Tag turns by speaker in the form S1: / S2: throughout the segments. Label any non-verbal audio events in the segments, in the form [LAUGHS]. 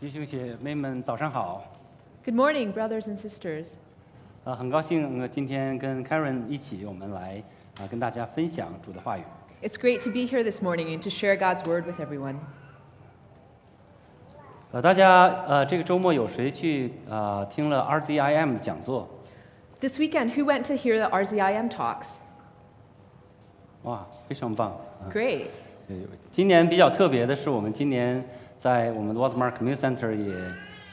S1: 弟兄姐妹们，早上好！
S2: Good morning, brothers and sisters.
S1: 呃，很高兴呃今天跟 Karen 一起，我们来啊、跟大家分享主的话语。
S2: It's great to be here this morning and to share God's word with everyone.
S1: 呃，大家呃这个周末有谁去呃听了 RZIM 的讲座？
S2: This weekend, who went to hear the RZIM talks?
S1: 哇，非常棒！啊
S2: Great.
S1: 呃今年比较特别的是，我们今年在我们的 Watermark Community Center 也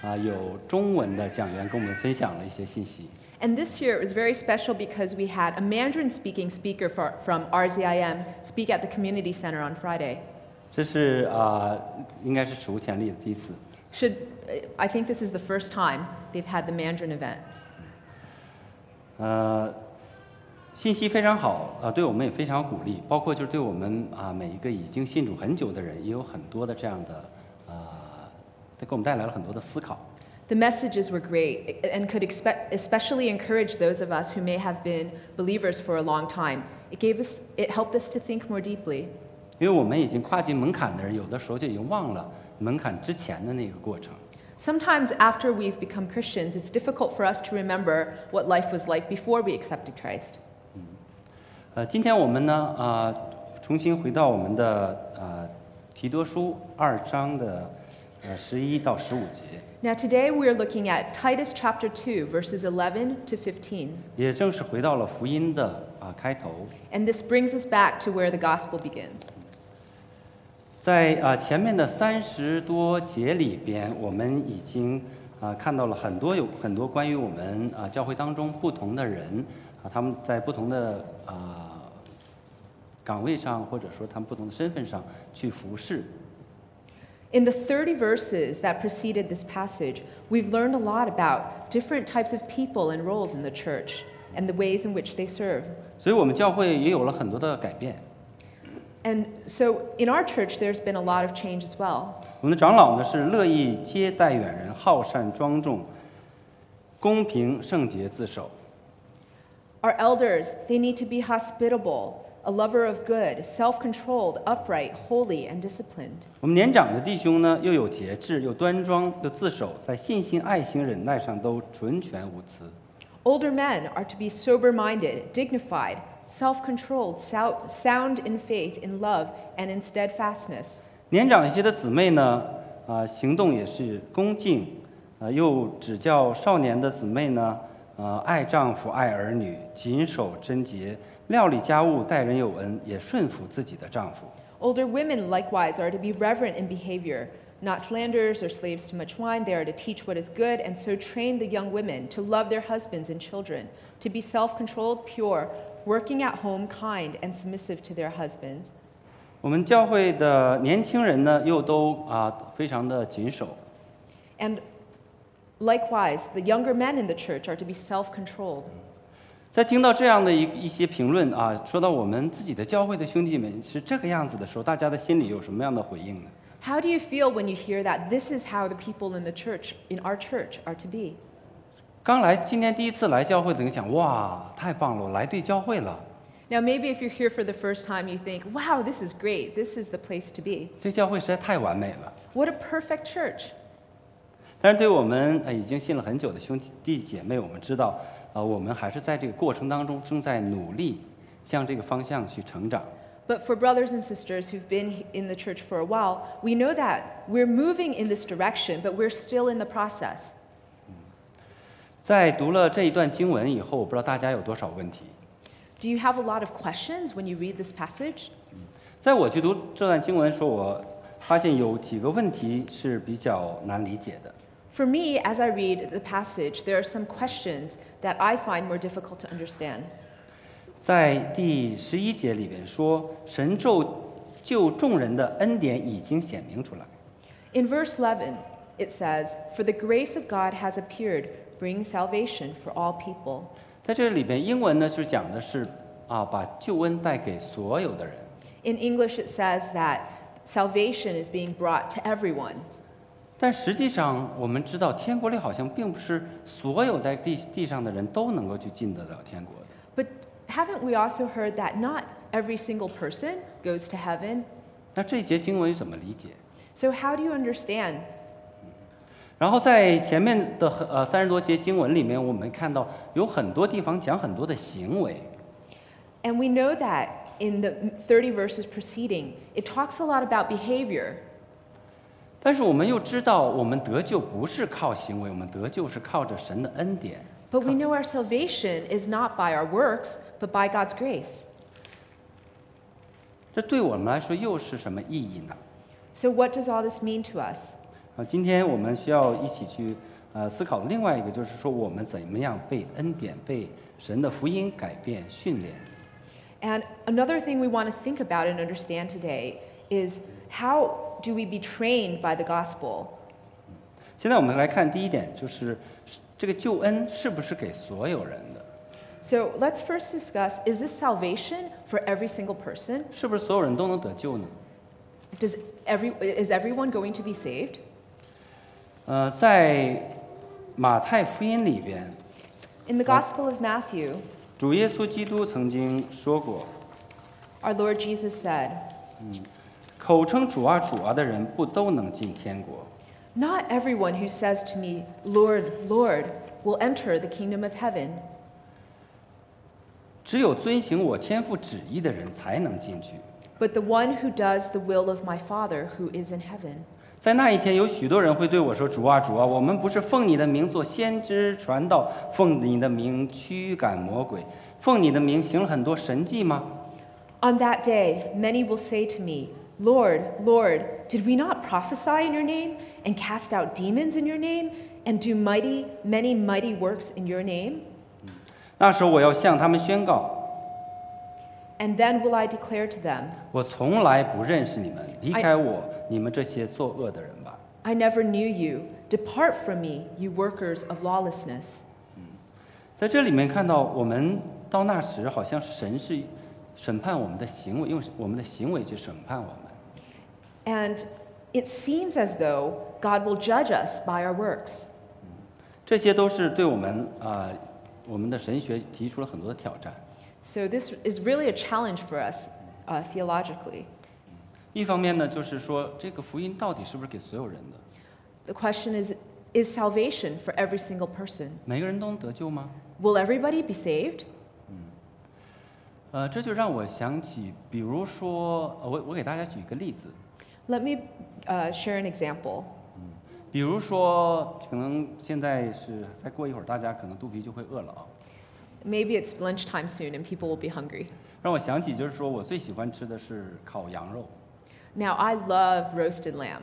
S1: 啊、有中文的讲员跟我们分享了一些信息。
S2: And this year it was very special because we had a Mandarin speaking speaker for, from RZIM speak at the community center on Friday.
S1: 这是啊、应该是史无前例的第一次。
S2: Should I think this is the first time they've had the Mandarin event.
S1: 呃，信息非常好，啊，对我们也非常鼓励，包括就是对我们啊每一个已经信主很久的人，也有很多的这样的啊，它给我们带来了很多的思考。
S2: The messages were great and could expect, especially encourage those of us who may have been believers for a long time. It gave us it helped us to think more deeply.
S1: 因为我们已经跨进门槛的人，有的时候就已经忘了门槛之前的那个过程。
S2: Sometimes, after we've become Christians, it's difficult for us to remember what life was like before we accepted Christ.
S1: 呃，今天我们呢，啊，重新回到我们的呃提多书二章的呃十一到十五节，
S2: Now, today we're looking at Titus chapter 2, verses 11 to 15.
S1: 也正是回到了福音的啊、开头。
S2: And this brings us back to where the gospel begins.
S1: 在啊、呃前面的三十多节里边，我们已经啊、呃看到了很多有很多关于我们啊、呃教会当中不同的人啊、他们在不同的啊、岗位上，或者说他们不同的身份上去服侍。
S2: In the 30 verses that preceded this passage, we've learned a lot about different types of people and roles in the church and the ways in which they serve.
S1: 所以我们教会也有了很多的改变。
S2: And so, in our church, there's been a lot of change as well.
S1: 我们的长老呢是乐意接待远人，好善庄重，公平圣洁自守。
S2: Our elders, they need to be hospitable, a lover of good, self controlled, upright, holy, and disciplined.
S1: 我们年长的弟兄呢，又有节制，又端庄，又自守，在信心、爱心、忍耐上都纯全无疵。
S2: Older men are to be sober minded, dignified, self controlled, sou- sound in faith, in love, and in steadfastness.
S1: 年长一些的姊妹呢，啊、行动也是恭敬，啊、又指教少年的姊妹呢，呃，爱丈夫、爱儿女，谨守贞洁，料理家务，待人有恩，也顺服自己的丈夫。
S2: Older women, likewise, are to be reverent in behavior, not slanderers or slaves to much wine. They are to teach what is good, and so train the young women to love their husbands and children, to be self controlled, pure, working at home, kind, and submissive to their husbands.
S1: 我们教会的年轻人呢，又都啊、非常的谨守，
S2: And likewise, the younger men in the church are to be self controlled.
S1: 在听到这样的一一些评论啊，说到我们自己的教会的兄弟们是这个样子的时候，大家的心里有什么样的回应呢？
S2: How do you feel when you hear that this is how the people in the church, in our church, are to be?
S1: 刚来今天第一次来教会的人讲，哇，太棒了，我来对教会了，
S2: Now, maybe if you're here for the first time, you think, wow, this is great. This is the place to be.
S1: 这教会实在太完美了。
S2: What a perfect church.
S1: 但是对我们呃已经信了很久的兄弟姐妹，我们知道，呃，我们还是在这个过程当中正在努力向这个方向去成长。
S2: But for brothers and sisters who've been in the church for a while, we know that we're moving in this direction, but we're still in the process.
S1: 在读了这一段经文以后，我不知道大家有多少问题。
S2: Do you have a lot of questions when you read this passage?
S1: 在我去读这段经文的时候，我发现有几个问题是比较难理解的。
S2: For me, as I read the passage, there are some questions that I find more difficult to understand.
S1: 在第十一节里边说，神咒救众人的恩典已经显明出来。
S2: In verse 11, it says, For the grace of God has appeared, bringing salvation for all people.
S1: 在这里边，英文呢就讲的是啊，把救恩带给所有的人。
S2: In English, it says that salvation is being brought to everyone.
S1: 但实际上，我们知道天国里好像并不是所有在地地上的人都能够去进得了天国的。
S2: But haven't we also heard that not every single person goes to heaven?
S1: 那这一节经文怎么理解？
S2: So, how do you understand
S1: 然后在前面的很呃三十多节经文里面，我们看到有很多地方讲很多的行为，
S2: And we know that in the 30 verses preceding, it talks a lot about behavior.
S1: 但是我们又知道，我们得救不是靠行为，我们得救是靠着神的恩典。
S2: But we know our salvation is not by our works, but by God's grace.
S1: 这对我们来说又是什么意义呢？
S2: So, what does all this mean to us?
S1: 啊，今天我们需要一起去呃思考另外一个，就是说我们怎么样被恩典、被神的福音改变、训练。
S2: And another thing we want to think about and understand today is how do we be trained by the gospel?
S1: 现在我们来看第一点，就是这个救恩是不是给所有人的？
S2: So, let's first discuss is this salvation for every single person?
S1: 是不是所有人都能得救呢？
S2: Does every, is everyone going to be saved?
S1: 呃，在马太福音里边，
S2: In the Gospel of Matthew,
S1: 主耶稣基督曾经说过
S2: our Lord Jesus said,：“
S1: 口称主啊主啊的人，不都能进天国？
S2: Not everyone who says to me, Lord, Lord, will enter the kingdom of heaven,
S1: 只有遵行我天父旨意的人才能进去。
S2: but the one who does the will of my Father who is in heaven.
S1: 在那一天，有许多人会对我说：‘主啊，主啊，我们不是奉你的名做先知传道，奉你的名驱赶魔鬼，奉你的名行了很多神迹吗？’”
S2: On that day, many will say to me, Lord, Lord, did we not prophesy in your name, and cast out demons in your name, and do mighty, many mighty works in your name?
S1: 那时候我要向他们宣告，
S2: And then will I declare to them,
S1: 我从来不认识你们，离开我，你们这些作恶的人吧。
S2: I never knew you. Depart from me, you workers of lawlessness.
S1: 在这里面看到，我们到那时好像是神是审判我们的行为，用我们的行为去审判我们。
S2: And it seems as though God will judge us by our works.
S1: 这些都是对我们啊、呃我们的神学提出了很多的挑战。
S2: So, this is really a challenge for us uh, theologically.
S1: 一方面呢，就是说这个福音到底是不是给所有人的？
S2: The question is Is salvation for every single person?
S1: 每个人都能得救吗？
S2: Will everybody be saved?
S1: 呃，这就让我想起，比如说，呃我我给大家举一个例子，
S2: Let me uh, share an example.
S1: 比如说，可能现在是再过一会儿，大家可能肚皮就会饿了啊。
S2: Maybe it's lunchtime soon and people will be hungry.
S1: 让我想起，就是说我最喜欢吃的是烤羊肉。
S2: Now, I love roasted lamb.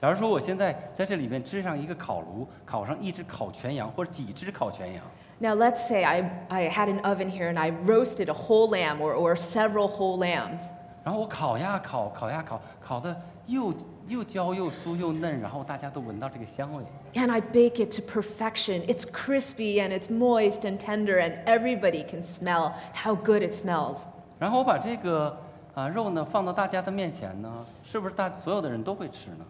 S1: 假如说我现在在这里面支上一个烤炉，烤上一只烤全羊或者几只烤全羊，
S2: Now, let's say I, I had an oven here and I roasted a whole lamb or, or several whole lambs.
S1: 然后我烤呀烤，烤呀烤，烤的又又焦又酥又嫩，然后大家都闻到这个香味。
S2: And I bake it to perfection. It's crispy and it's moist and tender, and everybody can smell how good it smells.
S1: 然后我把这个啊、肉呢放到大家的面前呢，是不是大所有的人都会吃呢？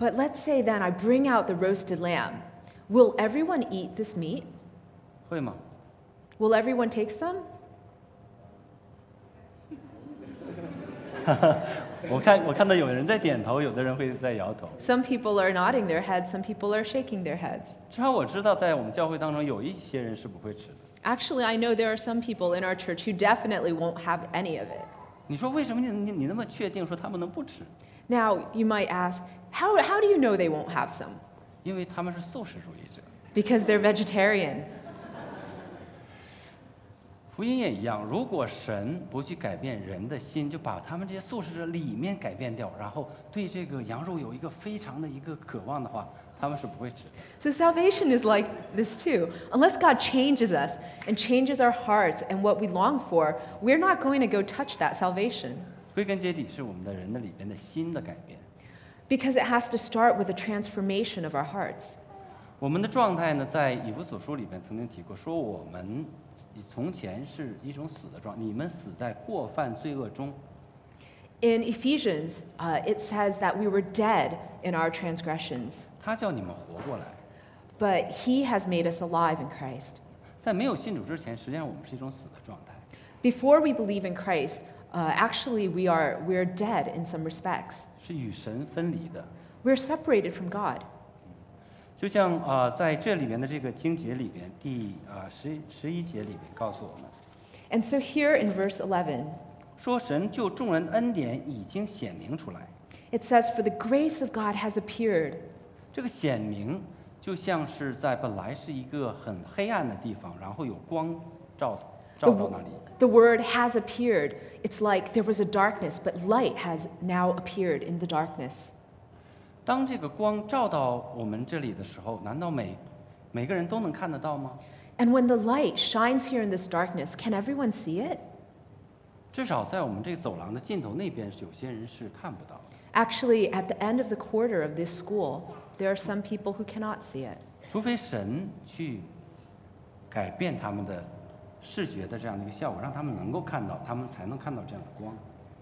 S2: But let's say then I bring out the roasted lamb. Will everyone eat this meat?
S1: 会吗？
S2: Will everyone take some?
S1: 我看我看到有人在点头，有的人会在摇头。
S2: Some people are nodding their heads, some people are shaking their heads.
S1: 至少我知道，在我们教会当中有一些人是不会吃的。
S2: Actually, I know there are some people in our church who definitely won't have any of it.
S1: 你说为什么你你你那么确定说他们能不吃？
S2: Now, you might ask, how, how do you know they won't have some?
S1: 因为他们是素食主义者。
S2: Because they're vegetarian.
S1: 福音也一样，如果神不去改变人的心，就把他们这些素食者里面改变掉，然后对这个羊肉有一个非常的一个渴望的话，他们是不会吃的。
S2: So salvation is like this too. Unless God changes us and changes our hearts and what we long for, we're not going to go touch that salvation
S1: 归根结底是我们的人的里边的心的改变。
S2: because it has to start with a transformation of our hearts.
S1: 我们的状态呢，在以弗所书里面曾经提过，说我们从前是一种死的状，你们死在过犯罪恶中。
S2: In Ephesians, uh, it says that we were dead in our transgressions,
S1: 他叫你们活过来。
S2: but He has made us alive in Christ.
S1: 在没有信主之前，实际上我们是一种死的状态。
S2: Before we believe in Christ, uh, actually we are we're dead in some respects.
S1: 是与神分离的。
S2: We're separated from God.
S1: 就像啊、呃在这里面的这个经节里边，第啊十十一节里面告诉我们
S2: And so here in verse 11,
S1: 说，神就众人恩典已经显明出来。
S2: it says, For the grace of God has appeared.
S1: 这个显明就像是在本来是一个很黑暗的地方，然后有光照照到那里。
S2: The word has appeared. It's like there was a darkness, but light has now appeared in the darkness.
S1: 当这个光照到我们这里的时候，难道每每个人都能看得到吗？
S2: And when the light shines here in this darkness, can everyone see it?
S1: 至少在我们这走廊的尽头那边，有些人是看不到的。
S2: Actually, at the end of the quarter of this school, there are some people who cannot see it,
S1: 除非神去改变他们的视觉的这样的一个效果，让他们能够看到，他们才能看到这样的光。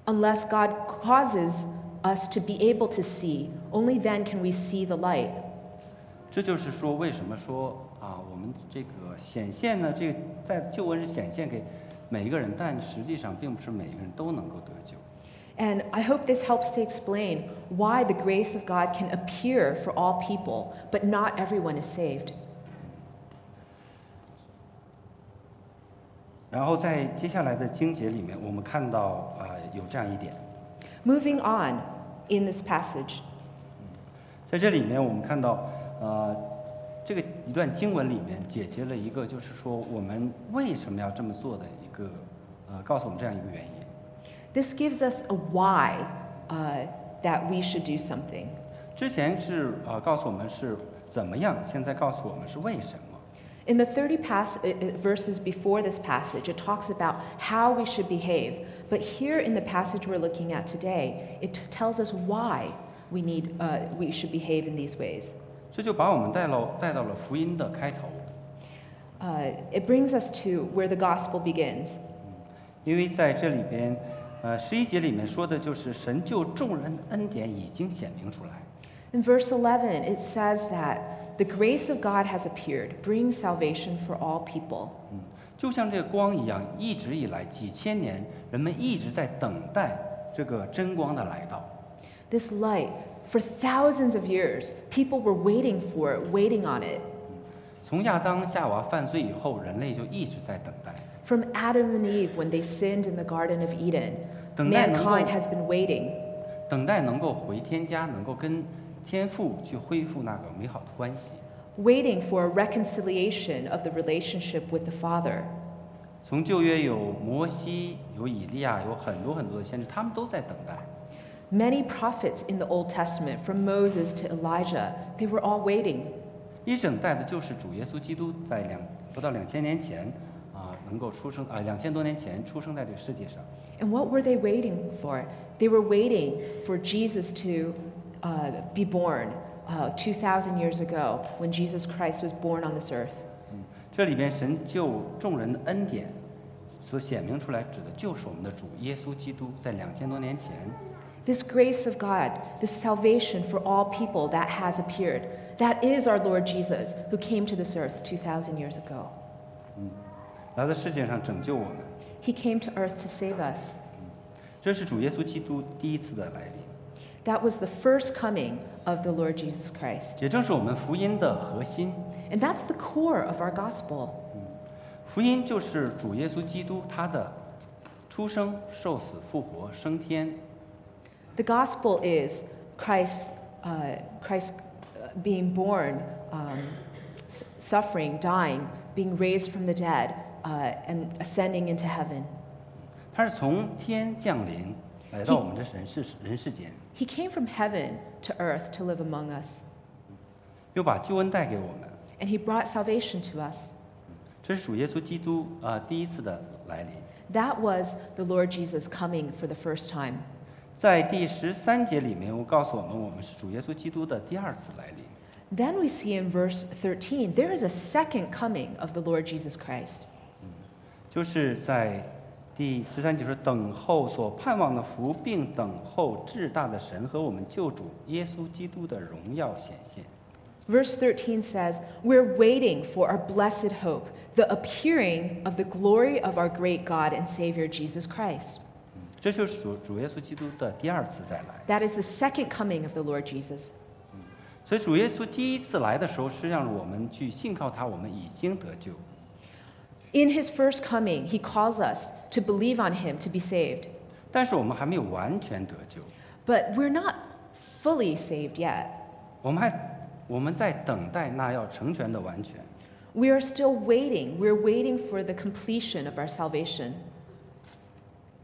S2: unless God causes us to be able to see. Only then can we see the light.
S1: 这就是说，为什么说啊，我们这个显现呢？这个在救恩是显现给每一个人，但实际上并不是每一个人都能够得救。
S2: And I hope this helps to explain why the grace of God can appear for all people, but not everyone is saved.
S1: 然后在接下来的经节里面，我们看到啊、呃有这样一点，
S2: Moving on in this passage,
S1: 在这里面我们看到，呃，这个一段经文里面解决了一个，就是说我们为什么要这么做的一个，呃，告诉我们这样一个原因。
S2: this gives us a why uh, that we should do something.
S1: 之前是呃告诉我们是怎么样，现在告诉我们是为什么。
S2: In the 30 pass- uh, uh, verses before this passage, it talks about how we should behave. But here in the passage we're looking at today, it t- tells us why we, need, uh, we should behave in these ways.
S1: 这就把我们带到带到了福音的开头，
S2: Uh, it brings us to where the gospel begins.
S1: 因为在这里边，呃，十一节里面说的就是神就众人恩典已经显明出来。
S2: In verse 11, it says that the grace of God has appeared, brings salvation for all people.
S1: 嗯，就像这个光一样，一直以来几千年，人们一直在等待这个真光的来到。
S2: This light, for thousands of years, people were waiting for it, waiting on it.
S1: 从亚当夏娃犯罪以后，人类就一直在等待，
S2: From Adam and Eve when they sinned in the Garden of Eden,
S1: 等待能够
S2: mankind has been waiting,
S1: 等待能够回天家，能够跟天父去恢复那个美好的关系。
S2: waiting for a reconciliation of the relationship with the Father.
S1: 从旧约有摩西，有以利亚，有很多很多的先知，他们都在等待。
S2: Many prophets in the Old Testament, from Moses to Elijah, they were all waiting.
S1: 一整代的就是主耶稣基督在两不到两千年前啊、能够出生啊两千多年前出生在这个世界上。
S2: And what were they waiting for? They were waiting for Jesus to uh, be born uh, 2,000 years ago when Jesus Christ was born on this earth.
S1: 这里边神救众人的恩典所显明出来，指的就是我们的主耶稣基督在两千多年前。
S2: This grace of God, this salvation for all people that has appeared, that is our Lord Jesus who came to this earth 2,000 years ago.
S1: 来到世界上拯救我们，
S2: He came to earth to save us.
S1: 这是主耶稣基督第一次的来临，
S2: That was the first coming of the Lord Jesus Christ.
S1: 也正是我们福音的核心。
S2: And that's the core of our gospel.
S1: 福音就是主耶稣基督他的出生、受死、复活、升天，
S2: The gospel is Christ, uh, Christ uh, being born, um, s- suffering, dying, being raised from the dead, uh, and ascending into heaven.
S1: 他是从天降临来到我们这人世人世间，
S2: He came from heaven to earth to live among us,
S1: 又把救恩带给我们。
S2: and he brought salvation to us.
S1: 这是主耶稣基督啊、呃第一次的来临。
S2: That was the Lord Jesus coming for the first time.
S1: 在第十三节里面，我告诉我们，我们是主耶稣基督的第二次来临。
S2: Then we see in verse 13, there is a second coming of the Lord Jesus Christ.
S1: 就是在第十三节说：“等候所盼望的福，并等候至大的神和我们救主耶稣基督的荣耀显现。
S2: Verse 13 says, We're waiting for our blessed hope, the appearing of the glory of our great God and Savior Jesus Christ. ”
S1: 这就是主主耶稣基督的第二次再来。
S2: That is the second coming of the Lord Jesus.
S1: 所以主耶稣第一次来的时候是让我们去信靠他，我们已经得救。
S2: In his first coming, he calls us to believe on him to be saved.
S1: 但是我们还没有完全得救，
S2: But we're not fully saved yet.
S1: 我们还我们在等待那要成全的完全。
S2: We are still waiting. We're waiting for the completion of our salvation.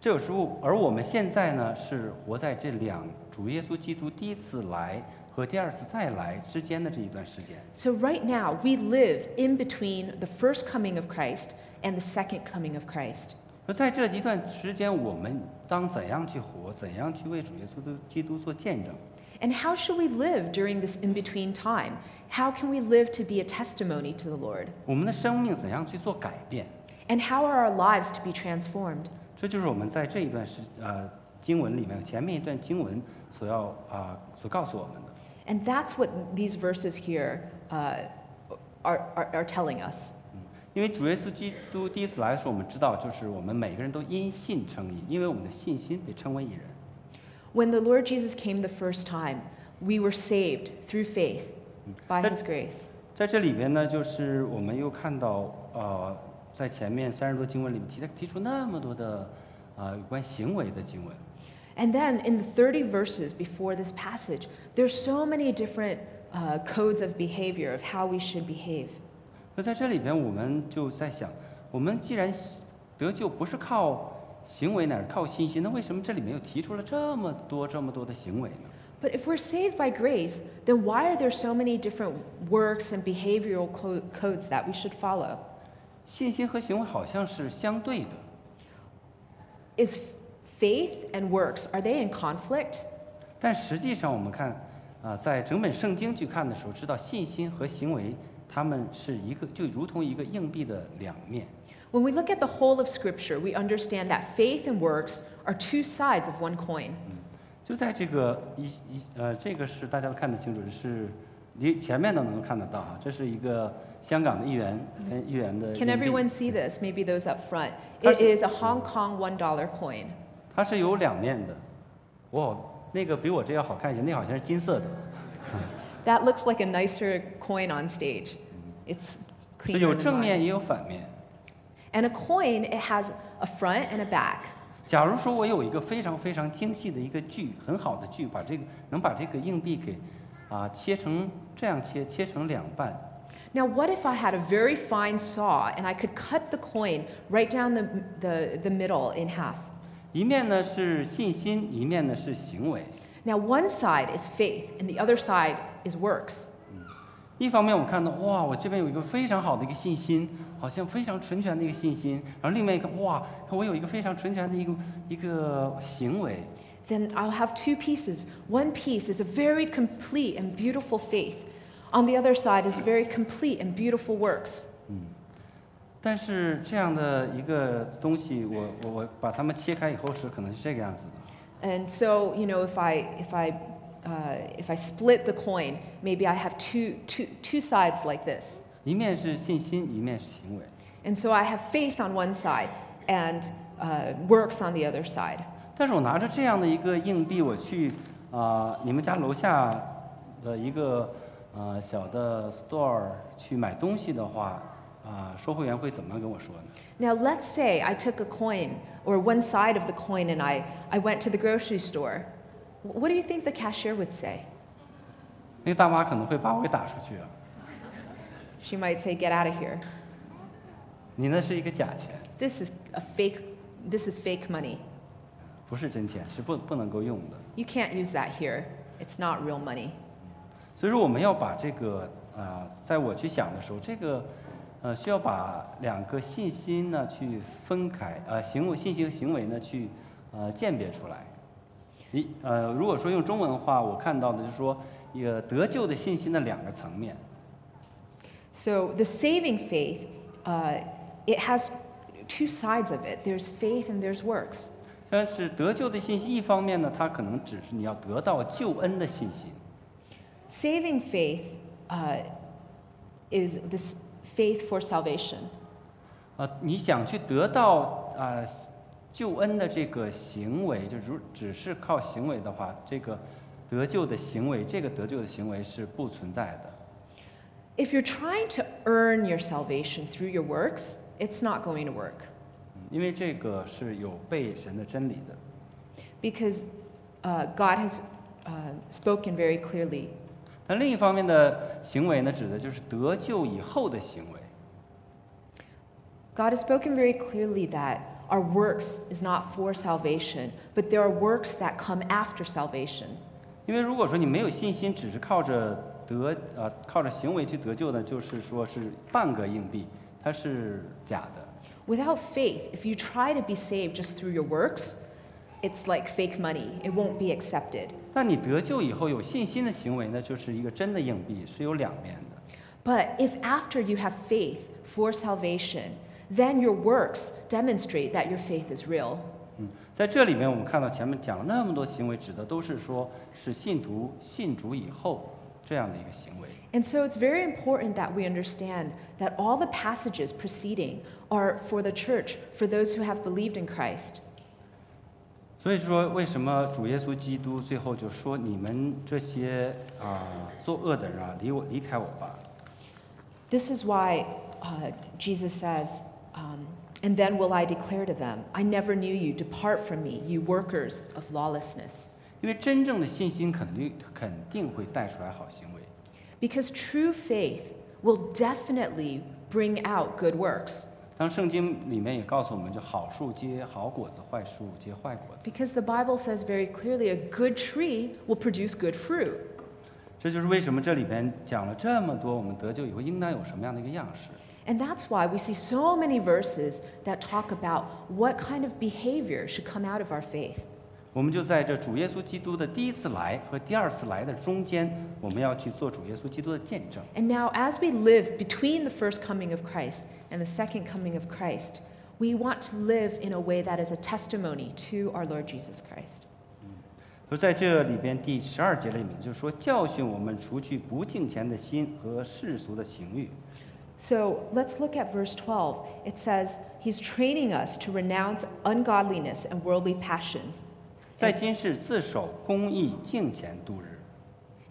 S1: 这有时候，而我们现在呢，是活在这两主耶稣基督第一次来和第二次再来之间的这一段时间。
S2: So, right now, we live in between the first coming of Christ and the second coming of Christ.
S1: 而在这一段时间，我们当怎样去活，怎样去为主耶稣基督做见证？
S2: And how should we live during this in between time? How can we live to be a testimony to the Lord?
S1: 我们的生命怎样去做改变？
S2: And how are our lives to be transformed?
S1: 这就是我们在这一段时呃经文里面前面一段经文所要啊、所告诉我们的。
S2: And that's what these verses here uh, are, are, are telling us.
S1: 因为主耶稣基督第一次来的时候，我们知道，就是我们每个人都因信称义，因为我们的信心被称为义人。
S2: When the Lord Jesus came the first time, we were saved through faith by
S1: But-
S2: his grace.
S1: 在这里边呢，就是我们又看到，呃，在前面三十多经文里面提提出那么多的，呃，有关行为的经文。
S2: And then in the 30 verses before this passage, there's so many different uh, codes of behavior of how we should behave.
S1: 那在这里边，我们就在想，我们既然得救不是靠行为，乃是靠信心，那为什么这里面又提出了这么多这么多的行为呢？
S2: But if we're saved by grace, then why are there so many different works and behavioral co- codes that we should follow?
S1: 信心和行为好像是相对的，
S2: Is f- faith and works are they in conflict?
S1: 但实际上我们看，啊、在整本圣经去看的时候，知道信心和行为，它们是一个就如同一个硬币的两面。
S2: When we look at the whole of scripture, we understand that faith and works are two sides of one coin.
S1: 就在这个一一呃，这个是大家都看得清楚，是离前面都能看得到哈。这是一个香港的议员跟议员的硬
S2: 嗯 Can
S1: 币，
S2: everyone see this? Maybe those up front.
S1: That's-
S2: It is a Hong Kong $1 coin.
S1: 它是有两面的。哇，那个比我这要好看一些，那好像是金色的，
S2: That looks like a nicer coin on stage. It's
S1: 是
S2: cleaner.
S1: 有
S2: than
S1: 正
S2: mine.
S1: 面也有反面。
S2: And a coin, it has a front and a back.
S1: 假如说我有一个非常非常精细的一个锯，很好的锯，把这个能把这个硬币给啊切成这样切，切成两半，
S2: Now, what if I had a very fine saw and I could cut the coin right down the, the, the middle in half?
S1: 一面呢是信心，一面呢是行为。
S2: Now, one side is faith and the other side is works.
S1: 一方面我看到哇，我这边有一个非常好的一个信心，好像非常纯全的一个信心，然后另外一个哇，我有一个非常纯全的一个一个行为，
S2: Then I'll have two pieces. One piece is a very complete and beautiful faith, on the other side is very complete and beautiful works.
S1: 嗯但是这样的一个东西，我我我把它们切开以后是可能是这个样子的，
S2: And so, you know, if I if I uh, if I split the coin, maybe I have two two two sides like this.
S1: 一面是信心，一面是行为。
S2: And so I have faith on one side and uh, works on the other side.
S1: 但是我拿着这样的一个硬币，我去啊、呃你们家楼下的一个呃小的 store 去买东西的话，啊、售货员会怎么跟我说呢？
S2: Now, let's say I took a coin or one side of the coin and I, I went to the grocery store. What do you think the cashier would say?
S1: 那个大妈可能会把我给打出去啊！
S2: She might say, "Get out of here.
S1: 你那是一个假钱，
S2: This is a fake. This is fake money.
S1: 不是真钱，是不不能够用的。
S2: You can't use that here. It's not real money."
S1: 所以说，我们要把这个啊、呃在我去想的时候，这个呃，需要把两个信心呢去分开，呃，行为信心和行为呢去呃鉴别出来。你呃，如果说用中文的话，我看到的就是说，呃，得救的信心的两个层面，
S2: So the saving faith, uh, it has two sides of it. There's faith and there's works.
S1: 但是得救的信心，一方面呢，它可能只是你要得到救恩的信心，
S2: Saving faith uh, is this faith for salvation,
S1: 呃，你想去得到呃救恩的这个行为，就如只是靠行为的话，这个得救的行为，这个得救的行为是不存在的。
S2: If you're trying to earn your salvation through your works, it's not going to work
S1: 嗯因为这个是有悖神的真理的。
S2: because uh, God has uh, spoken very clearly.
S1: 但另一方面的行为呢，指的就是得救以后的行为。
S2: God has spoken very clearly that our works is not for salvation, but there are works that come after salvation.
S1: 因为如果说你没有信心，只是靠着得呃靠着行为去得救呢，就是说是半个硬币，它是假的。
S2: Without faith, if you try to be saved just through your works, it's like fake money. It won't be accepted.
S1: 但你得救以后有信心的行为呢，就是一个真的硬币，是有两面的。
S2: But if after you have faith for salvation, then your works demonstrate that your faith is real.
S1: 嗯，在这里面我们看到前面讲了那么多行为，指的都是说是信徒信主以后这样的一个行为。
S2: And so it's very important that we understand that all the passages preceding are for the church, for those who have believed in Christ.
S1: 所以说，为什么主耶稣基督最后就说：“你们这些啊、作恶的人啊，离我离开我吧。
S2: This is why uh, Jesus says, um, And then will I declare to them, I never knew you, depart from me, you workers of lawlessness. ”
S1: 因为真正的信心肯定肯定会带出来好行为，
S2: Because true faith will definitely bring out good works.
S1: 当圣经里面也告诉我们，就好树结好果子，坏树结坏果子。
S2: Because the Bible says very clearly a good tree will produce good fruit.
S1: 这就是为什么这里边讲了这么多，我们得救以后应当有什么样的一个样式。
S2: And that's why we see so many verses that talk about what kind of behavior should come out of our faith.
S1: 我们就在这主耶稣基督的第一次来和第二次来的中间，我们要去做主耶稣基督的见证。
S2: And now, as we live between the first coming of Christ and the second coming of Christ, we want to live in a way that is a testimony to our Lord Jesus Christ.
S1: 而在这里边第十二节里面，就是说教训我们除去不敬虔的心和世俗的情欲。
S2: So let's look at verse 12. It says, He's training us to renounce ungodliness and worldly passions
S1: 在今世自守公义敬虔度日，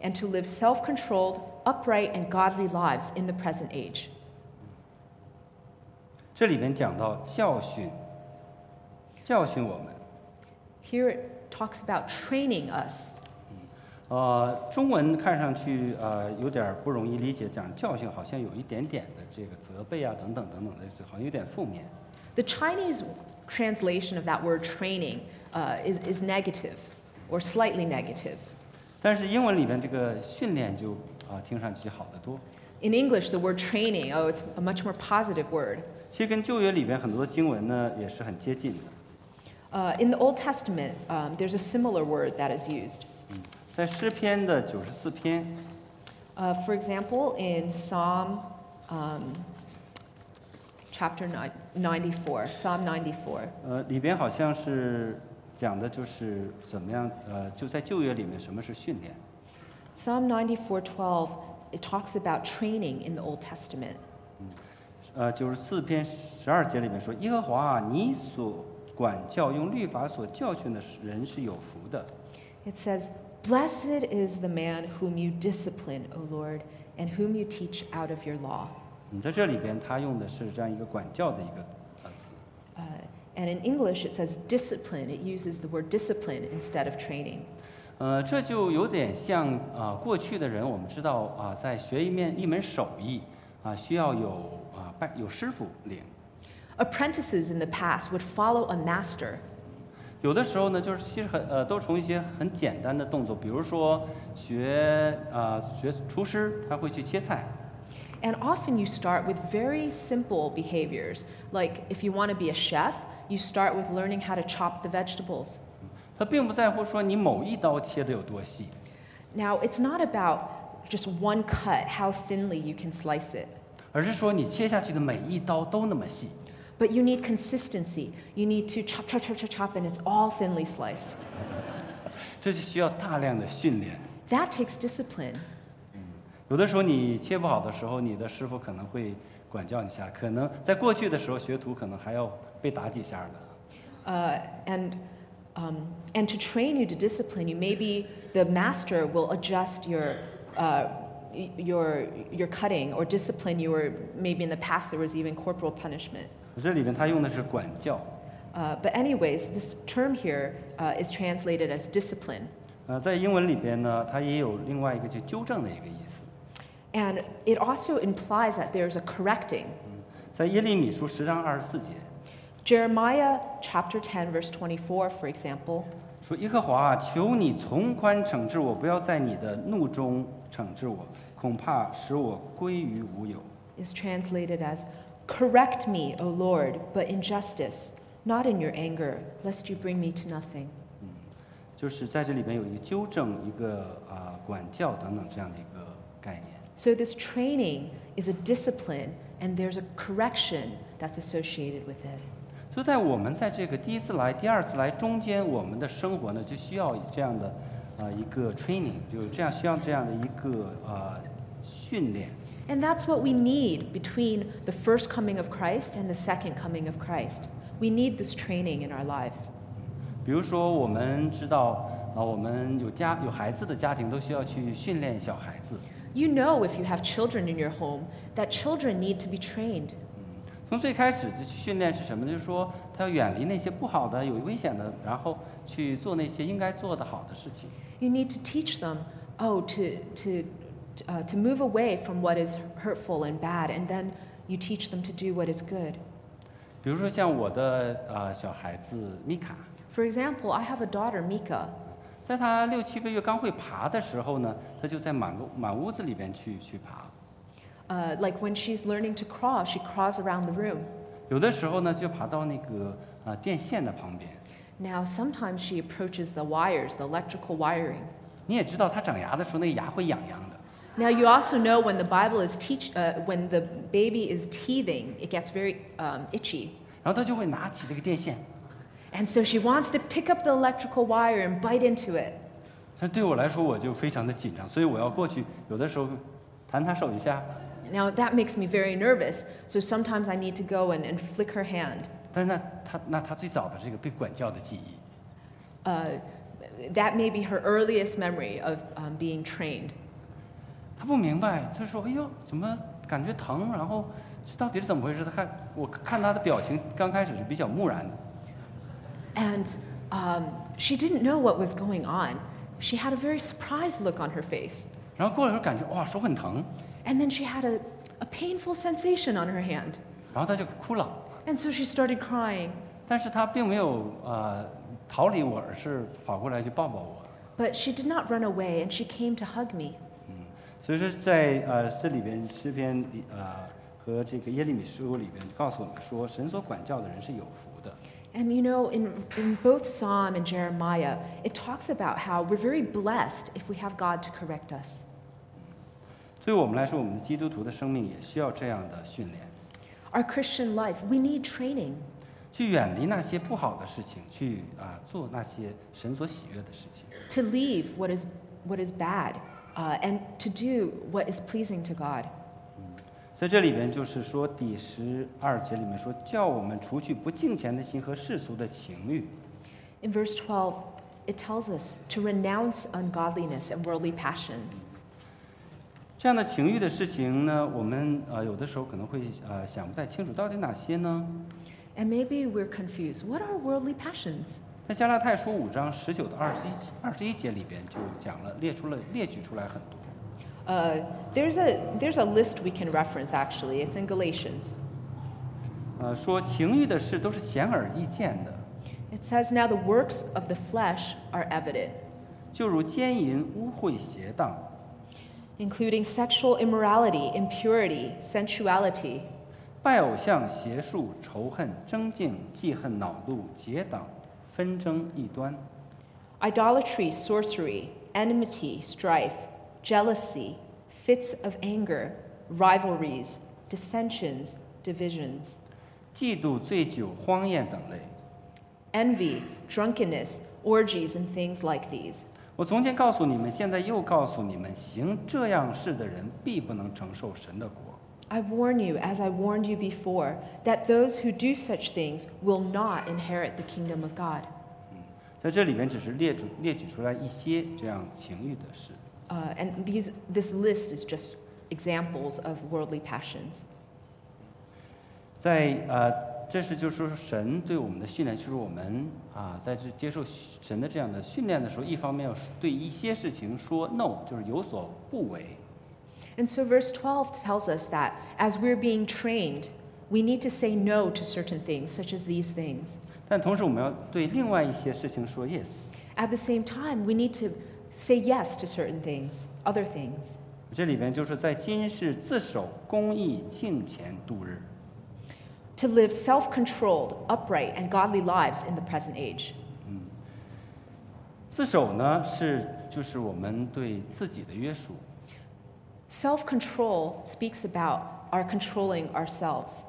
S2: and to live self controlled, upright, and godly lives in the present age.
S1: 这里面讲到教训，教训我们。
S2: Here it talks about training us.
S1: 呃，中文看上去呃有点不容易理解，讲教训好像有一点点的这个责备啊等等等等的，好像有点负面。
S2: The Chinese translation of that word training uh, is, is negative or slightly negative.
S1: 但是英文里面这个训练就啊、听上去好得多。
S2: In English, the word training, oh, it's a much more positive word.
S1: 其实跟旧约里边很多经文呢也是很接近的。
S2: Uh, in the Old Testament, um, there's a similar word that is used.
S1: 在诗篇的九十四篇，
S2: Uh, for example, in Psalm um, chapter nine- 94, Psalm 94,
S1: 呃，里边好像是讲的就是怎么样，呃，就在旧约里面什么是训练。
S2: Psalm 94:12, it talks about training in the Old Testament.
S1: 呃，九十四篇十二节里面说：“耶和华啊，你所管教用律法所教训的人是有福的。
S2: It says, Blessed is the man whom you discipline, O Lord, and whom you teach out of your law. ”
S1: 嗯，在这里边他用的是这样一个管教的一个呃词。
S2: Uh, and in English, it says discipline. It uses the word discipline instead of training.
S1: 呃，这就有点像啊、过去的人我们知道啊、在学一面一门手艺啊、需要有啊、拜有师傅领。
S2: Apprentices in the past would follow a master.
S1: 有的时候呢，就是其实很呃，都从一些很简单的动作，比如说学啊、学厨师，他会去切菜。
S2: And often you start with very simple behaviors. Like if you want to be a chef, you start with learning how to chop the vegetables.
S1: 他并不在乎说你某一刀切的有多细，
S2: Now, it's not about just one cut, how thinly you can slice it.
S1: 而是说你切下去的每一刀都那么细。
S2: But you need consistency. You need to chop, chop, chop, chop, chop, and it's all thinly sliced.
S1: 这就需要大量的训练。
S2: That takes discipline.
S1: 有的时候你切不好的时候，你的师傅可能会管教你一下，可能在过去的时候，学徒可能还要被打几下的。
S2: Uh, and um, and to train you to discipline you. Maybe the master will adjust your. Uh, y- your your cutting or discipline you or maybe in the past there was even corporal punishment
S1: 这里面他用的是管教，
S2: uh, but anyways this term here uh, is translated as discipline
S1: 呃，在英文里边呢，它也有另外一个就纠正的一个意思。
S2: and it also implies that there's a correcting
S1: 在耶利米书十章二十四节
S2: Jeremiah chapter 10, verse 24, for example,
S1: 说：“耶和华啊，求你从宽惩治我，不要在你的怒中惩治我，恐怕使我归于无有。
S2: is translated as Correct me, O Lord, but in justice, not in your anger, lest you bring me to nothing. ”
S1: 就是在这里边有一个纠正，一个啊、管教等等这样的一个概念。
S2: So, this training is a discipline, and there's a correction that's associated with it.
S1: 就在我们在这个第一次来、第二次来中间，我们的生活呢就需要这样的啊、一个 training，就是这样需要这样的一个啊、训练。
S2: And that's what we need between the first coming of Christ and the second coming of Christ. We need this training in our lives.
S1: 比如说，我们知道啊、我们有家有孩子的家庭都需要去训练小孩子。
S2: You know, if you have children in your home, that children need to be trained.
S1: 从最开始就去训练是什么呢？就是说，他要远离那些不好的、有危险的，然后去做那些应该做的好的事情。
S2: You need to teach them, oh, to, to, uh, to move away from what is hurtful and bad, and then you teach them to do what is good.
S1: 比如说，像我的呃小孩子米卡，
S2: For example, I have a daughter, Mika.
S1: 在他六七个月刚会爬的时候呢，他就在满个满屋子里边去去爬。
S2: Uh, like when she's learning to crawl, she crawls around the room.
S1: 有的时候呢，就爬到那个呃电线的旁边。
S2: Now, sometimes she approaches the wires, the electrical wiring.
S1: 你也知道，他长牙的时候，那牙会痒痒的。
S2: Now, you also know when the Bible is teach, uh, when the baby is teething, it gets very um, itchy.
S1: 然后他就会拿起这个电线。
S2: And so she wants to pick up the electrical wire and bite into it.
S1: 但对我来说，我就非常的紧张，所以我要过去，有的时候弹他手一下，
S2: Now that makes me very nervous, so sometimes I need to go and, and flick her hand.
S1: 但是那他那他最早的这个被管教的记忆，
S2: Uh, that may be her earliest memory of um, being trained.
S1: 他不明白，他说：“哎呦，怎么感觉疼？然后这到底是怎么回事？”他看我看他的表情，刚开始是比较木然的，
S2: And um, she didn't know what was going on. She had a very surprised look on her face.
S1: 然后过了一会儿感觉哇手很疼，
S2: And then she had a, a painful sensation on her hand.
S1: 然后他就哭了，
S2: And so she started crying.
S1: 但是他并没有呃逃离我，而是跑过来去抱抱我。
S2: But she did not run away, and she came to hug me.
S1: 所以说在，呃这里边诗篇里呃和这个耶利米书里边告诉我们说，神所管教的人是有福的。
S2: And you know, in, in both Psalm and Jeremiah, it talks about how we're very blessed if we have God to correct us.
S1: 对我们来说，我们的基督徒的生命也需要这样的训练，
S2: Our Christian life, we need training.
S1: 去远离那些不好的事情，去啊、做那些神所喜悦的事情。
S2: to leave what is, what is bad uh, and to do what is pleasing to God.
S1: 在这里边就是说第十二节里面说，叫我们除去不敬虔的心和世俗的情欲。
S2: In verse 12, it tells us to renounce ungodliness and worldly passions.
S1: 这样的情欲的事情呢，我们呃有的时候可能会呃想不太清楚到底哪些呢？
S2: And maybe we're confused. What are worldly passions?
S1: 在加拉太书五章十九到二十一二十一节里边就讲了，列出了列举出来很多。
S2: Uh, there's, a, there's a list we can reference, actually. It's in Galatians.
S1: 呃，说情欲的事都是显而易见的，
S2: It says, Now the works of the flesh are evident,
S1: 就如奸淫、污秽、邪荡，
S2: including sexual immorality, impurity, sensuality,
S1: 拜偶像、邪术、仇恨、争竞、记恨、恼怒、结党、纷争、异端，
S2: idolatry, sorcery, enmity, strife, jealousy, fits of anger, rivalries, dissensions, divisions,
S1: 嫉妒、醉酒、荒宴等类。
S2: envy, drunkenness, orgies, and things like these.
S1: 我从前告诉你们，现在又告诉你们，行这样事的人必不能承受神的国。
S2: I warn you, as I warned you before, that those who do such things will not inherit the kingdom of God.
S1: 在这里面只是列举列举出来一些这样情欲的事。
S2: Uh, and these, this list is just examples of worldly passions.
S1: 在呃，这是就是说神对我们的训练，就是我们啊，在这接受神的这样的训练的时候，一方面要对一些事情说 no，就是有所不为。
S2: And so, verse 12 tells us that as we're being trained, we need to say no to certain things, such as these things.
S1: 但同时，我们要对另外一些事情说 yes。
S2: At the same time, we need to say yes to certain things, other things.
S1: 这里面就是在今世自守公义敬虔度日，
S2: To live self controlled, upright, and godly lives in the present age.
S1: 自守呢是就是我们对自己的约束，
S2: Self control speaks about our controlling ourselves.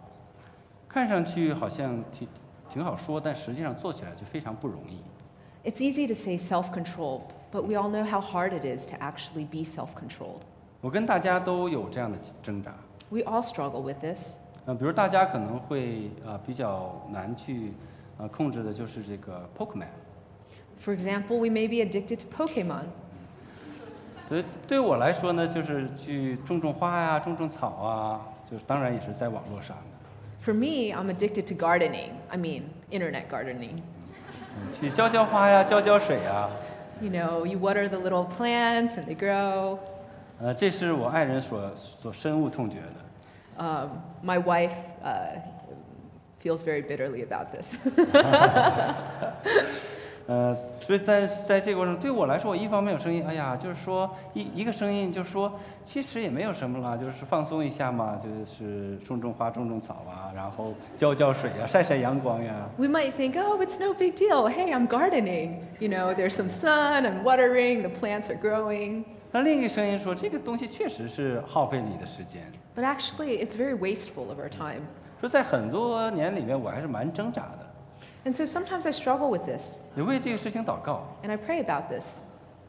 S1: 看上去好像挺挺好说，但实际上做起来就非常不容易。
S2: It's easy to say self control, but we all know how hard it is to actually be self controlled.
S1: 我跟大家都有这样的挣扎，
S2: We all struggle with this.
S1: 呃，比如大家可能会呃比较难去呃控制的就是这个 Pokemon，
S2: For example, we may be addicted to Pokemon.
S1: 所以对我来说呢，就是去种种花呀、种种草啊，就是当然也是在网络上的，
S2: For me, I'm addicted to gardening. I mean, internet gardening.
S1: 嗯，去浇浇花呀、浇浇水呀，
S2: You know, you water the little plants and they grow.
S1: 呃，这是我爱人所所深恶痛绝的。
S2: Um, my wife uh, feels very bitterly about this. [LAUGHS]
S1: 呃，所以在在这个过程中，对我来说，我一方面有声音，哎呀，就是说一一个声音就说，其实也没有什么啦，就是放松一下嘛，就是种种花、种种草啊，然后浇浇水呀、晒晒阳光呀。
S2: we might think, oh, it's no big deal. Hey, I'm gardening. You know, there's some sun, I'm watering, the plants are growing.
S1: 那另一个声音说，这个东西确实是耗费你的时间。
S2: But actually, it's very wasteful of our time.
S1: 说在很多年里面，我还是蛮挣扎的，
S2: And so sometimes I struggle with this
S1: 也为这个事情祷告。
S2: and I pray about this.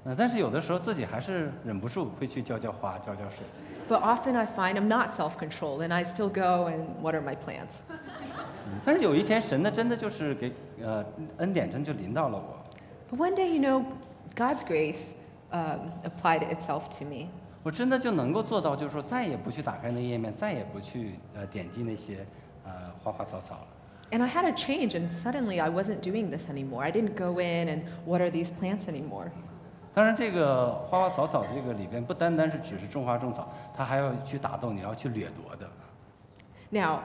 S1: 呃，但是有的时候自己还是忍不住会去浇浇花、浇浇水。
S2: But often I find I'm not self controlled and I still go and water my plants.
S1: 但是有一天，神呢真的就是给呃恩典真就临到了我。
S2: But one day, you know, God's grace um, applied itself to me.
S1: 我真的就能够做到，就是说再也不去打开那页面，再也不去呃点击那些呃花花草草了。
S2: And I had a change, and suddenly I wasn't doing this anymore. I didn't go in and water these plants anymore.
S1: 当然，这个花花草草这个里边不单单是只是种花种草，它还要去打斗，你要去掠夺的。
S2: Now,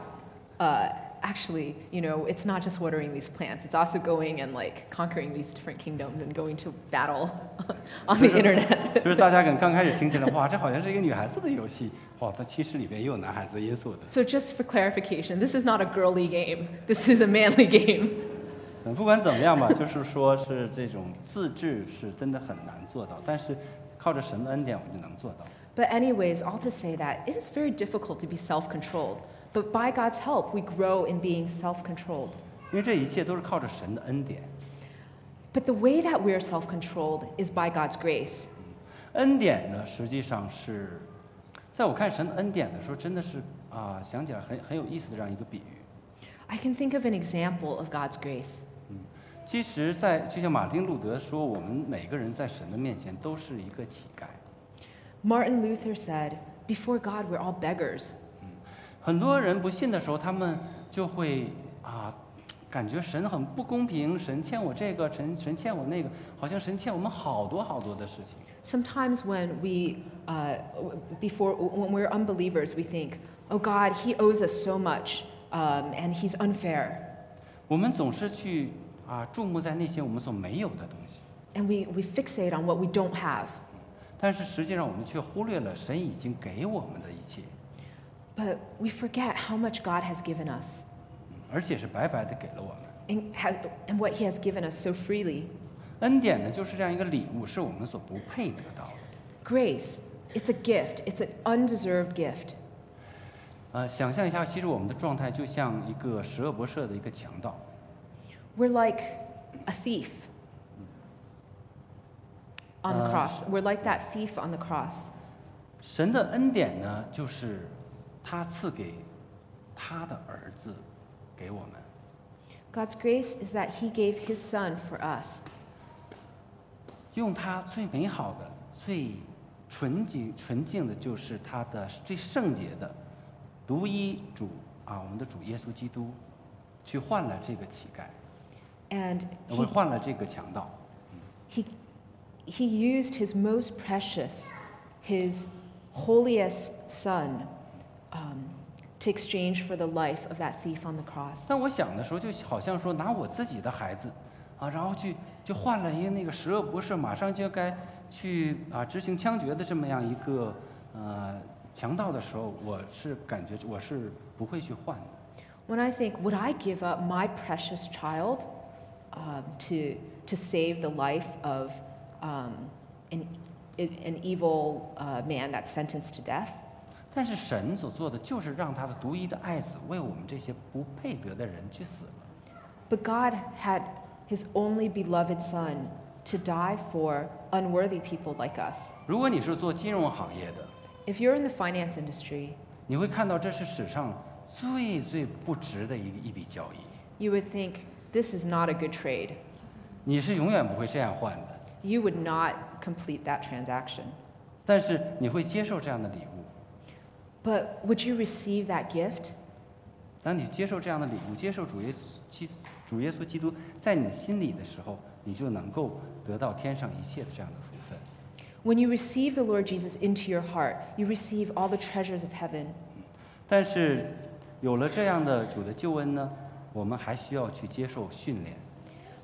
S2: uh, actually, you know, it's not just watering these plants, it's also going and like conquering these different kingdoms and going to battle [LAUGHS] on the internet.
S1: 就是大家可能刚开始听起来，哇，这好像是一个女孩子的游戏，哇，它其实里边也有男孩子的因素的。
S2: So, just for clarification, this is not a girly game, this is a manly [LAUGHS] game.
S1: 嗯，不管怎么样吧，就是说是这种自制是真的很难做到，但是靠着神的恩典，我就能做到。
S2: But, anyways, all to say that it is very difficult to be self controlled. But by God's help, we grow in being self controlled.
S1: 因为这一切都是靠着神的恩典。
S2: But the way that we're self controlled is by God's grace.
S1: 恩典呢，实际上是，在我看神的恩典的时候，真的是啊、想起来很很有意思的这样一个比喻。
S2: I can think of an example of God's grace.
S1: 其实在，就像马丁路德说，我们每个人在神的面前都是一个乞丐。
S2: Martin Luther said, Before God, we're all beggars.
S1: 很多人不信的时候，他们就会啊、感觉神很不公平，神欠我这个，神神欠我那个，好像神欠我们好多好多的事情。
S2: Sometimes when we, uh, w- before, when we're unbelievers, we think, oh God, he owes us so much um, and he's unfair.
S1: 我们总是去啊、注目在那些我们所没有的东西，
S2: And we, we fixate on what we don't have.
S1: 但是实际上我们却忽略了神已经给我们的一切。
S2: But we forget how much God has given us
S1: 嗯而且是白白的给了我们。
S2: and, has, and what he has given us so freely.
S1: 恩典呢，就是这样一个礼物，是我们所不配得到的。
S2: Grace, it's a gift, it's an undeserved gift.
S1: 呃，想象一下，其实我们的状态就像一个十恶不赦的一个强盗，
S2: We're like a thief on the
S1: Uh,
S2: cross. We're like that thief on the cross.
S1: 神的恩典呢，就是他赐给他的儿子给我们。
S2: God's grace is that He gave His Son for us.
S1: 用它最美好的、最纯洁、纯净的，就是它的最圣洁的独一主啊，我们的主耶稣基督，去换了这个乞丐，
S2: And
S1: 我
S2: he,
S1: 们换了这个强盗，
S2: he, he used his most precious, his holiest son um, to exchange for the life of that thief on the cross.
S1: 但我想的时候，就好像说拿我自己的孩子，啊，然后去就换了一个那个十恶不赦，马上就该去啊执行枪决的这么样一个呃强盗的时候，我是感觉我是不会去换的。
S2: When I think, would I give up my precious child um, to, to save the life of um, an, an evil uh, man that's sentenced to death?
S1: 但是神所做的就是让他的独一的爱子为我们这些不配得的人去死了。
S2: But God had his only beloved son to die for unworthy people like us.
S1: 如果你是做金融行业的，
S2: If you're in the finance industry,
S1: 你会看到这是史上最最不值的一个一笔交易，
S2: you would think this is not a good trade.
S1: 你是永远不会这样换的。
S2: You would not complete that transaction.
S1: 但是你会接受这样的礼物。
S2: But would you receive that gift?
S1: 当你接受这样的礼物，接受主耶稣基主耶稣基督在你的心里的时候，你就能够得到天上一切的这样的福分。
S2: When you receive the Lord Jesus into your heart, you receive all the treasures of heaven.
S1: 但是有了这样的主的救恩呢，我们还需要去接受训练。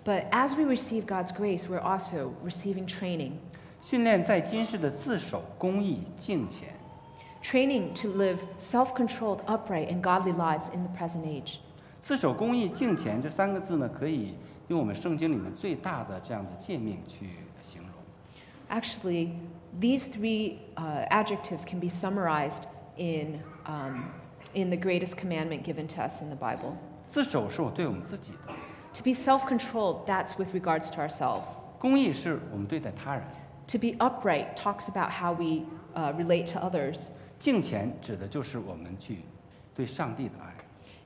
S2: But as we receive God's grace, we're also receiving training.
S1: 训练在今世的自守、公义、敬虔，
S2: Training to live self controlled, upright, and godly lives in the present age.
S1: 自守、公义、敬虔这三个字呢，可以用我们圣经里面最大的这样的诫命去形容。
S2: Actually, these three uh, adjectives can be summarized in, um, in the greatest commandment given to us in the Bible.
S1: 自守是我对我们自己的，
S2: To be self controlled, that's with regards to ourselves.
S1: 公义是我们对待他人。
S2: To be upright talks about how we uh, relate to others.
S1: 敬虔指的就是我们去对上帝的爱，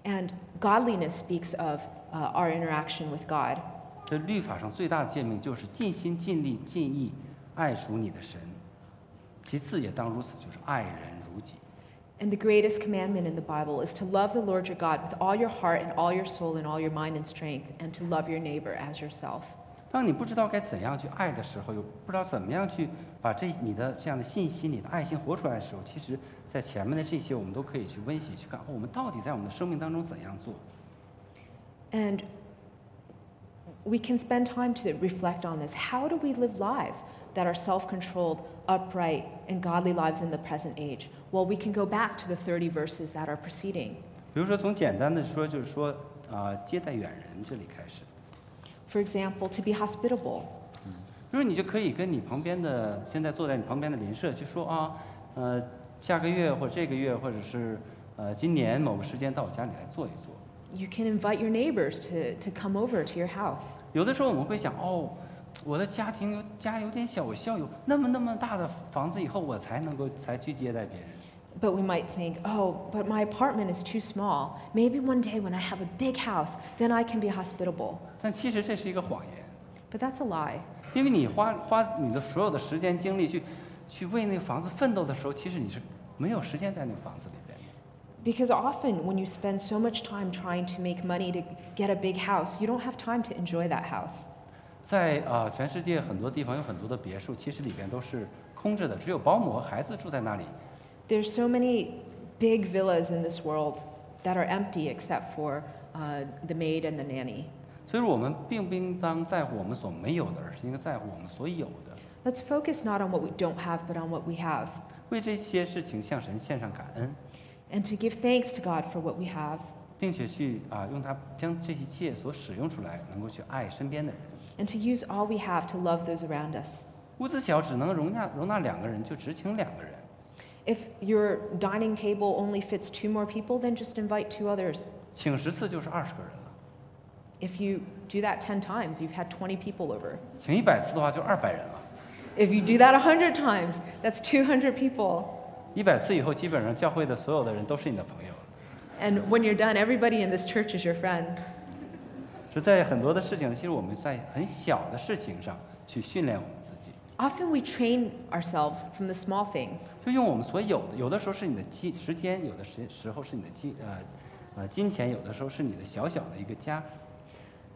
S2: And godliness speaks of uh, our interaction with God.
S1: 这律法上最大的诫命就是尽心尽力尽意爱主你的神。其次也当如此，就是爱人如己。
S2: And the greatest commandment in the Bible is to love the Lord your God with all your heart and all your soul and all your mind and strength, and to love your neighbor as yourself.
S1: 当你不知道该怎样去爱的时候，又不知道怎么样去把这你的这样的信心、你的爱心活出来的时候，其实，在前面的这些我们都可以去温习、去看，哦，我们到底在我们的生命当中怎样做。
S2: And we can spend time to reflect on this. How do we live lives that are self controlled, upright, and godly lives in the present age? Well, we can go back to the 30 verses that are preceding.
S1: 比如说，从简单的说，就是说，啊、接待远人这里开始。
S2: For example, to be hospitable,
S1: 比如你就可以跟你旁边的现在坐在你旁边的邻舍去说啊，呃，下个月或者这个月或者是呃今年某个时间到我家里来坐一坐。
S2: you can invite your neighbors to, to come over to your house.
S1: 有的时候我们会想，哦，我的家庭有家有点小，我需要有那么那么大的房子以后我才能够才去接待别人。
S2: But we might think, oh, but my apartment is too small. Maybe one day when I have a big house, then I can be hospitable.
S1: 但其实这是一个谎言，
S2: But that's a lie.
S1: 因为你花花你的所有的时间精力去去为那个房子奋斗的时候，其实你是没有时间在那个房子里边的。
S2: Because often when you spend so much time trying to make money to get a big house, you don't have time to enjoy that house.
S1: 在啊、呃全世界很多地方有很多的别墅，其实里边都是空着的，只有保姆和孩子住在那里。
S2: There's so many big villas in this world that are empty except for uh, the maid and the nanny.
S1: 所以说我们并不应当在乎我们所没有的，而是应该在乎我们所有的。
S2: Let's focus not on what we don't have, but on what we have,
S1: 为这些事情向神献上感恩，
S2: and to give thanks to God for what we have,
S1: 并且去啊、用它将这一切所使用出来，能够去爱身边的人。
S2: and to use all we have to love those around us.
S1: 屋子小，只能容纳容纳两个人，就只请两个人。
S2: If your dining table only fits two more people, then just invite two others.
S1: 请十次就是二十个人了，
S2: If you do that 10 times, you've had 20 people over.
S1: 请一百次的话就二百人了。
S2: If you do that 100 times, that's 200 people.
S1: 一百次以后，基本上教会的所有的人都是你的朋友了。
S2: And when you're done, everybody in this church is your friend.
S1: 是在很多的事情，其实我们在很小的事情上去训练我们自己。
S2: Often we train ourselves from the small things.
S1: 就用我们所有的，有的时候是你的金时间，有的时时候是你的金呃呃金钱，有的时候是你的小小的一个家。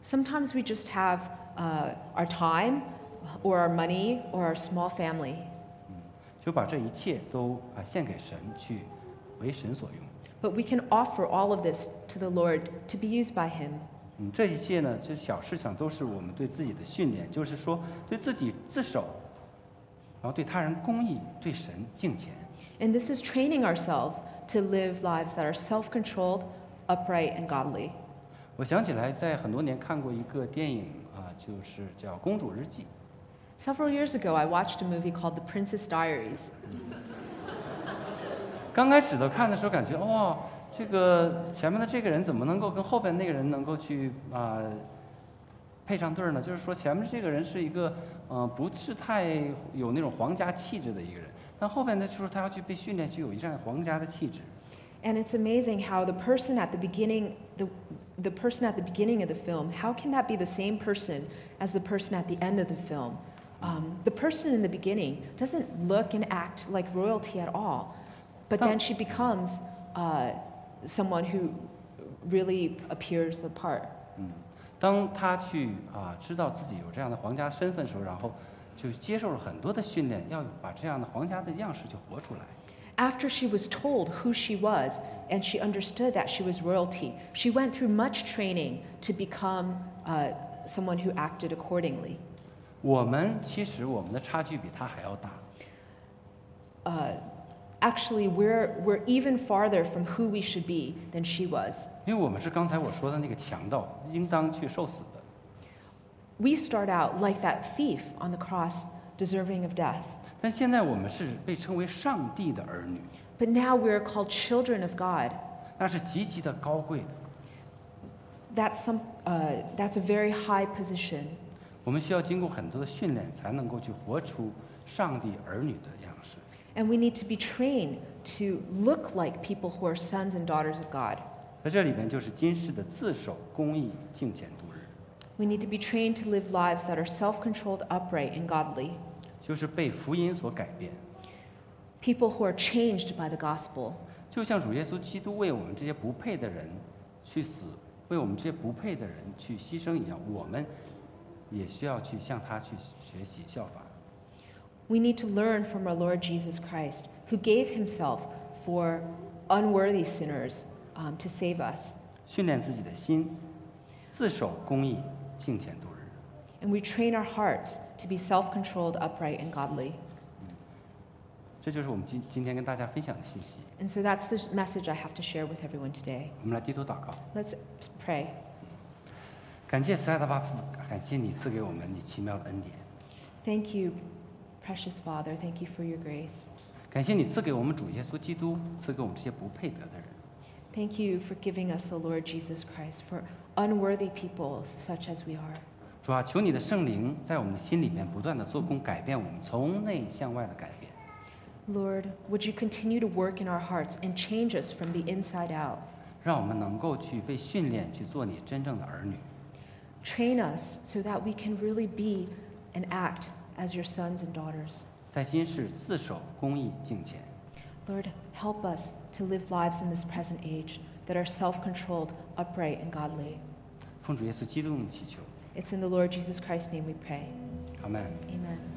S2: Sometimes we just have uh, our time, or our money, or our small family.
S1: 就把这一切都啊献给神去，为神所用。
S2: But we can offer all of this to the Lord to be used by Him.
S1: 嗯，这一切呢，这小事情都是我们对自己的训练，就是说对自己自首，然后对他人公义，对神敬虔。
S2: And this is training ourselves to live lives that are self controlled, upright, and godly.
S1: 我想起来，在很多年看过一个电影啊，就是叫《公主日记》。
S2: Several years ago, I watched a movie called The Princess Diaries.
S1: 刚开始的看的时候，感觉哇、哦这个前面的这个人怎么能够跟后边那个人能够去啊、配上对儿呢？就是说前面这个人是一个呃不是太有那种皇家气质的一个人，但后边呢就是他要去被训练去有一扇皇家的气质。
S2: And it's amazing how the person at the beginning, the, the person at the beginning of the film, how can that be the same person as the person at the end of the film? Um, the person in the beginning doesn't look and act like royalty at all, but then she becomes uh, someone who really appears the part.
S1: 嗯当他去啊、知道自己有这样的皇家身份的时候，然后就接受了很多的训练，要把这样的皇家的样式去活出来。
S2: After she was told who she was and she understood that she was royalty, she went through much training to become uh, someone who acted accordingly.
S1: 我们其实我们的差距比他还要大。
S2: uh, actually we're, we're even farther from who we should be than she was.
S1: 因为我们是刚才我说的那个强盗，应当去受死的。
S2: We start out like that thief on the cross, deserving of death.
S1: 但现在我们是被称为上帝的儿女，
S2: But now we are called children of God.
S1: 那是极其的高贵的。
S2: That's, some, uh, that's a very high position.
S1: 我们需要经过很多的训练，才能够去活出上帝儿女的样式。
S2: And we need to be trained to look like people who are sons and daughters of God.
S1: 在这里边就是今世的自守、公义、敬虔、度日，
S2: We need to be trained to live lives that are self controlled, upright, and godly.
S1: 就是被福音所改变。
S2: People who are changed by the gospel.
S1: 就像主耶稣基督为我们这些不配的人去死，为我们这些不配的人去牺牲一样，我们也需要去向他去学习效法。
S2: We need to learn from our Lord Jesus Christ, who gave himself for unworthy sinners um, to save us.
S1: 训练自己的心，自守公义，敬虔度日。
S2: And we train our hearts to be self controlled, upright, and godly.
S1: 这就是我们今今天跟大家分享的信息。
S2: And so that's the message I have to share with everyone today.
S1: 我们来低头祷告，
S2: Let's pray.
S1: 感谢慈爱的巴父，感谢你赐给我们你奇妙的恩典，
S2: Thank you, precious Father. Thank you for your grace.
S1: 感谢你赐给我们主耶稣基督，赐给我们这些不配得的人。
S2: Thank you for giving us the Lord Jesus Christ for unworthy people such as we are.
S1: 主啊，求你的圣灵在我们的心里面不断的做工，改变我们从内向外的改变。
S2: Lord, would you continue to work in our hearts and change us from the inside out?
S1: 让我们能够去被训练，去做你真正的儿女。
S2: Train us so that we can really be and act as your sons and daughters.
S1: 在今世自守公义敬虔，
S2: Lord, help us to live lives in this present age that are self controlled, upright, and godly.
S1: 奉主耶稣基督的名祈求，
S2: It's in the Lord Jesus Christ's name we pray.
S1: 阿门。
S2: Amen.